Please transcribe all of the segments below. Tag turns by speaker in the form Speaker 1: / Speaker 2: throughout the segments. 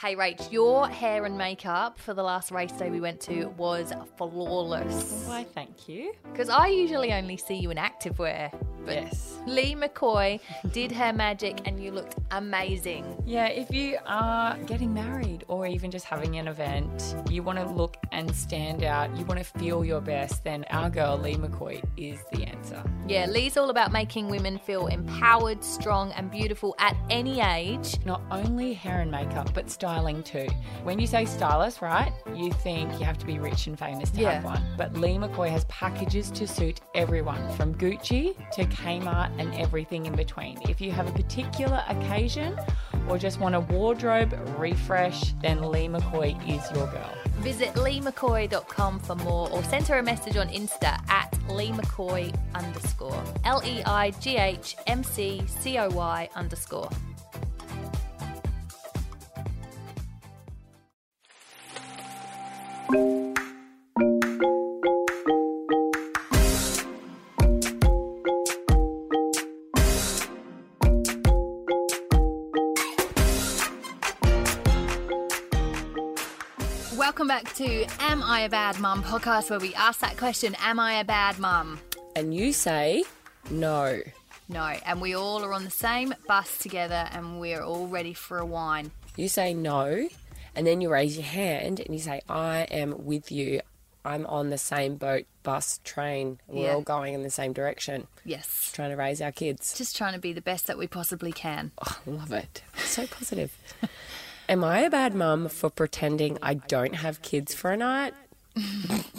Speaker 1: Hey, Rach, your hair and makeup for the last race day we went to was flawless.
Speaker 2: Why, thank you.
Speaker 1: Because I usually only see you in activewear. But
Speaker 2: Yes.
Speaker 1: Lee McCoy did her magic and you looked amazing.
Speaker 2: Yeah, if you are getting married or even just having an event, you want to look and stand out, you want to feel your best, then our girl Lee McCoy is the answer.
Speaker 1: Yeah, Lee's all about making women feel empowered, strong, and beautiful at any age.
Speaker 2: Not only hair and makeup, but styling too. When you say stylist, right, you think you have to be rich and famous to have
Speaker 1: Yeah.
Speaker 2: one. But Lee McCoy has packages to suit everyone, from Gucci to Kmart and everything in between. If you have a particular occasion or just want a wardrobe refresh, then Lee McCoy is your girl.
Speaker 1: Visit leemccoy.com for more or send her a message on Insta at leemccoy underscore. L E I G H M C C O Y underscore. Welcome back to Am I a Bad Mum podcast, where we ask that question Am I a bad mum?
Speaker 2: and you say no.
Speaker 1: No. And we all are on the same bus together and we're all ready for a wine.
Speaker 3: You say no, and then you raise your hand and you say, I am with you. I'm on the same boat, bus, train. We're
Speaker 1: Yeah.
Speaker 3: all going in the same direction,
Speaker 1: Yes.
Speaker 3: trying to raise our kids.
Speaker 1: Just trying to be the best that we possibly can.
Speaker 3: Oh, love it. So positive. am I a bad mum for pretending I don't have kids for a night?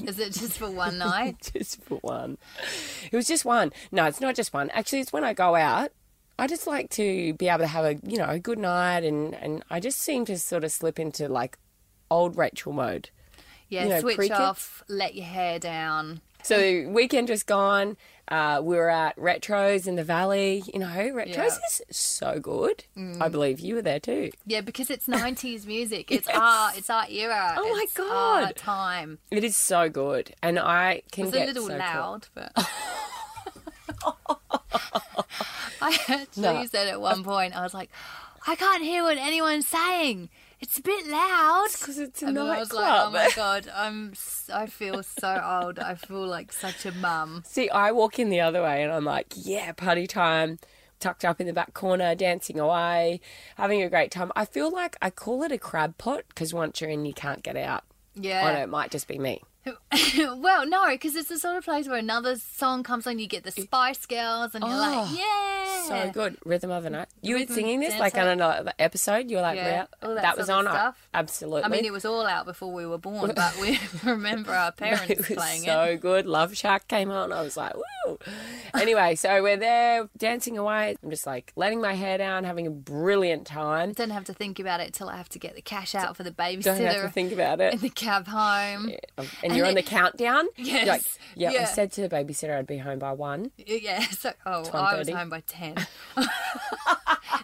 Speaker 1: Is it just for one night?
Speaker 3: Just for one. It was just one. No, it's not just one. Actually, it's when I go out. I just like to be able to have a you know a good night, and and I just seem to sort of slip into like old Rachel mode.
Speaker 1: Yeah,
Speaker 3: You know,
Speaker 1: switch
Speaker 3: crickets?
Speaker 1: off, let your hair down.
Speaker 3: So weekend just gone. Uh, we were at Retros in the Valley. You know, Retros
Speaker 1: Yeah. Mm.
Speaker 3: is so good. I believe you were there too.
Speaker 1: Yeah, because it's nineties music. It's our it's our era.
Speaker 3: Oh my
Speaker 1: It's our
Speaker 3: God.
Speaker 1: time.
Speaker 3: It is so good, and I can
Speaker 1: It's a
Speaker 3: get
Speaker 1: little
Speaker 3: so caught-
Speaker 1: loud, but I actually
Speaker 3: No.
Speaker 1: said at one point, I was like, I can't hear what anyone's saying. It's a bit loud.
Speaker 3: 'cause it's a
Speaker 1: and then I was like, oh
Speaker 3: nightclub.
Speaker 1: my god, I'm s- I feel so old. I feel like such a mum.
Speaker 3: See, I walk in the other way, and I'm like, yeah, party time. Tucked up in the back corner, dancing away, having a great time. I feel like I call it a crab pot because once you're in, you can't get out.
Speaker 1: Yeah.
Speaker 3: I know it might just be me.
Speaker 1: well, no, because it's the sort of place where another song comes on, you get the Spice Girls, and you're like, yeah,
Speaker 3: Ah, So good. Rhythm of the night. You
Speaker 1: Rhythm,
Speaker 3: were singing this
Speaker 1: dance,
Speaker 3: like on
Speaker 1: like-
Speaker 3: another episode. You were like,
Speaker 1: Yeah,
Speaker 3: yeah,
Speaker 1: all that
Speaker 3: that, was
Speaker 1: sort
Speaker 3: on.
Speaker 1: of
Speaker 3: I-
Speaker 1: stuff.
Speaker 3: Absolutely.
Speaker 1: I mean, it was all out before we were born, but we remember our parents
Speaker 3: it was
Speaker 1: playing
Speaker 3: so
Speaker 1: it.
Speaker 3: good. Love Shack came on. I was like, woo. Anyway, so we're there dancing away. I'm just like letting my hair down, having a brilliant time.
Speaker 1: Don't have to think about it till I have to get the cash out for the
Speaker 3: Don't have to
Speaker 1: babysitter
Speaker 3: think about
Speaker 1: in
Speaker 3: it.
Speaker 1: the cab home. Yeah.
Speaker 3: And, you're on
Speaker 1: it-
Speaker 3: the countdown.
Speaker 1: Yes.
Speaker 3: You're like, yeah, I
Speaker 1: Yeah.
Speaker 3: said to the babysitter I'd be home by one.
Speaker 1: so oh, I was
Speaker 3: 1:30.
Speaker 1: home by ten.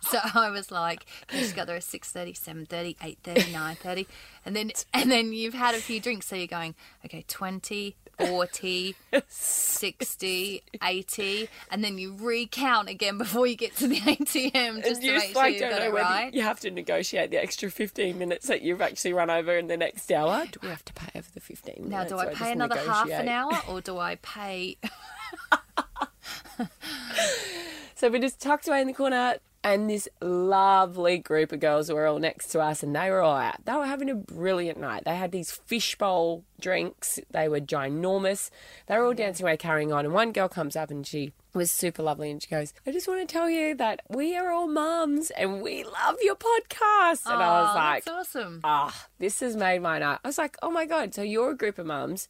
Speaker 1: so I was like, you just got there at 6.30, 7.30, 8.30, 9.30. And then, and then you've had a few drinks, so you're going, okay, 20, 40, 60, 80. And then you recount again before you get to the ATM just to
Speaker 3: you
Speaker 1: make
Speaker 3: just
Speaker 1: sure
Speaker 3: like
Speaker 1: you've
Speaker 3: don't
Speaker 1: got
Speaker 3: know
Speaker 1: it
Speaker 3: whether
Speaker 1: right.
Speaker 3: you have to negotiate the extra 15 minutes that you've actually run over in the next hour. Do we have to pay over the 15 minutes?
Speaker 1: Now, do
Speaker 3: or
Speaker 1: I
Speaker 3: just
Speaker 1: pay another half an
Speaker 3: negotiate?
Speaker 1: hour or do I pay?
Speaker 3: So we just tucked away in the corner, and this lovely group of girls were all next to us, and they were all out. They were having a brilliant night. They had these fishbowl drinks, they were ginormous. They were all dancing away, carrying on. And one girl comes up and she was super lovely and she goes, I just want to tell you that we are all mums and we love your podcast. And I was
Speaker 1: Oh,
Speaker 3: like,
Speaker 1: that's awesome.
Speaker 3: ah, this has made my night. I was like, oh my God, so you're a group of mums.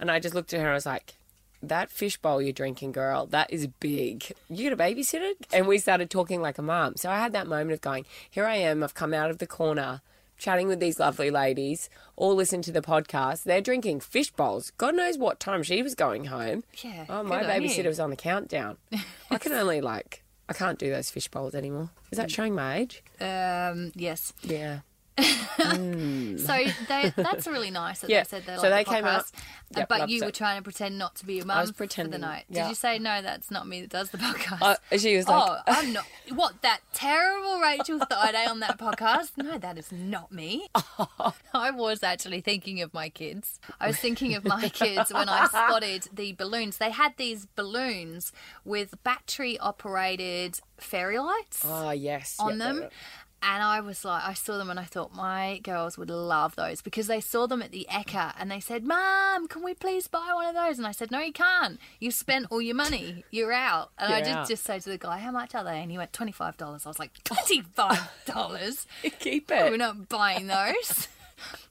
Speaker 3: And I just looked at her and I was like, that fishbowl you're drinking, girl, that is big. You got a babysitter? And we started talking like a mum. So I had that moment of going, here I am, I've come out of the corner, chatting with these lovely ladies, all listen to the podcast. They're drinking fish bowls. God knows what time she was going home.
Speaker 1: Yeah,
Speaker 3: Oh, my
Speaker 1: good on you.
Speaker 3: babysitter was on the countdown. I can only like, I can't do those fish bowls anymore. Is that showing my age?
Speaker 1: Um, yes.
Speaker 3: Yeah.
Speaker 1: So they, that's really nice that
Speaker 3: Mm. Yeah.
Speaker 1: they said they
Speaker 3: So
Speaker 1: like
Speaker 3: they
Speaker 1: the
Speaker 3: came out-
Speaker 1: podcast. Uh,
Speaker 3: Yep,
Speaker 1: but
Speaker 3: loved
Speaker 1: you
Speaker 3: it.
Speaker 1: were trying to pretend not to be a mum
Speaker 3: was
Speaker 1: for
Speaker 3: pretending,
Speaker 1: the night.
Speaker 3: yeah.
Speaker 1: Did you say no? That's not me that does the podcast.
Speaker 3: Uh, she was like,
Speaker 1: oh, I'm not. What that terrible Rachel Thaiday on that podcast? No, that is not me. I was actually thinking of my kids. I was thinking of my kids when I spotted the balloons. They had these balloons with battery operated fairy lights
Speaker 3: "Ah, yes."
Speaker 1: on
Speaker 3: Yep,
Speaker 1: them.
Speaker 3: yep, yep.
Speaker 1: And I was like, I saw them and I thought my girls would love those because they saw them at the Eka and they said, Mom, can we please buy one of those? And I said, No, you can't. You spent all your money. You're out. And I
Speaker 3: You're
Speaker 1: did
Speaker 3: out.
Speaker 1: just say to the guy, How much are they? And he went, $25. I was like, $25?
Speaker 3: Keep
Speaker 1: We're
Speaker 3: it.
Speaker 1: not buying those.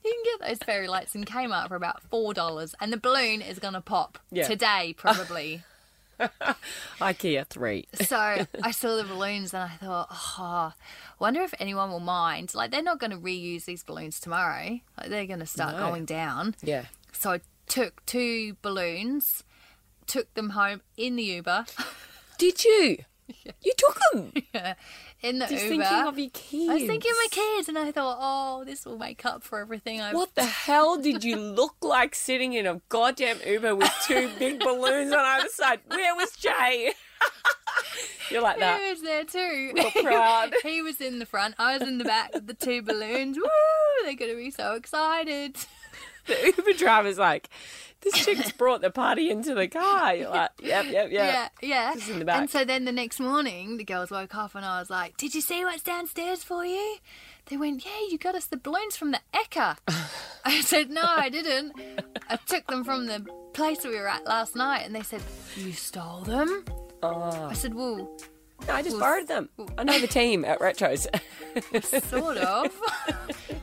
Speaker 1: You can get those fairy lights in Kmart for about $4. And the balloon is going to pop
Speaker 3: Yeah.
Speaker 1: today, probably.
Speaker 3: IKEA three.
Speaker 1: So I saw the balloons and I thought, oh, wonder if anyone will mind. Like they're not going to reuse these balloons tomorrow. Like they're going to start
Speaker 3: No.
Speaker 1: going down.
Speaker 3: Yeah.
Speaker 1: So I took two balloons, took them home in the Uber,
Speaker 3: Did you? You took them.
Speaker 1: in the
Speaker 3: Just
Speaker 1: Uber.
Speaker 3: thinking of your kids.
Speaker 1: I was thinking of my kids, and I thought, oh, this will make up for everything I've
Speaker 3: What the hell did you look like sitting in a goddamn Uber with two big balloons on either side? Where was Jay? You're like that.
Speaker 1: He was there too.
Speaker 3: We're proud.
Speaker 1: he was in the front. I was in the back. with The two balloons. Woo! They're going to be so excited.
Speaker 3: The Uber driver's like, this chick's brought the party into the car. You're like, yep, yep, yep.
Speaker 1: yeah, yeah.
Speaker 3: Just in the back.
Speaker 1: And so then the next morning, the girls woke up and I was like, "Did you see what's downstairs for you?" They went, "Yeah, you got us the balloons from the Eka." I said, "No, I didn't. I took them from the place we were at last night." And they said, "You stole them?"
Speaker 3: Oh,
Speaker 1: I said, "Well,
Speaker 3: no, I just borrowed them. I know the team at Retros.
Speaker 1: sort of."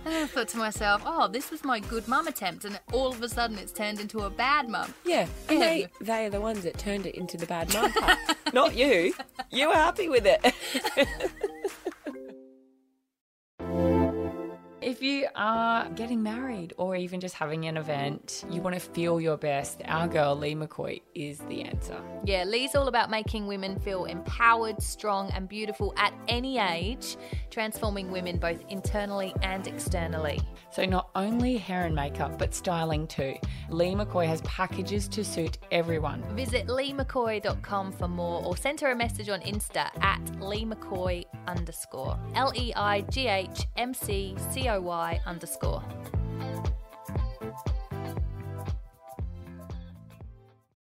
Speaker 1: and I thought to myself, "Oh, this was my good mum attempt," and all of a sudden, it's turned into a bad mum.
Speaker 3: yeah, and they, they are the ones that turned it into the bad mum part. Not you. You were happy with it.
Speaker 2: If you are getting married or even just having an event, you want to feel your best, our girl Lee McCoy is the answer.
Speaker 1: Yeah, Lee's all about making women feel empowered, strong, and beautiful at any age, transforming women both internally and externally.
Speaker 2: So, not only hair and makeup, but styling too. Lee McCoy has packages to suit everyone.
Speaker 1: Visit leemccoy.com for more or send her a message on Insta at leemccoy underscore. L E I G H M C C O Y underscore.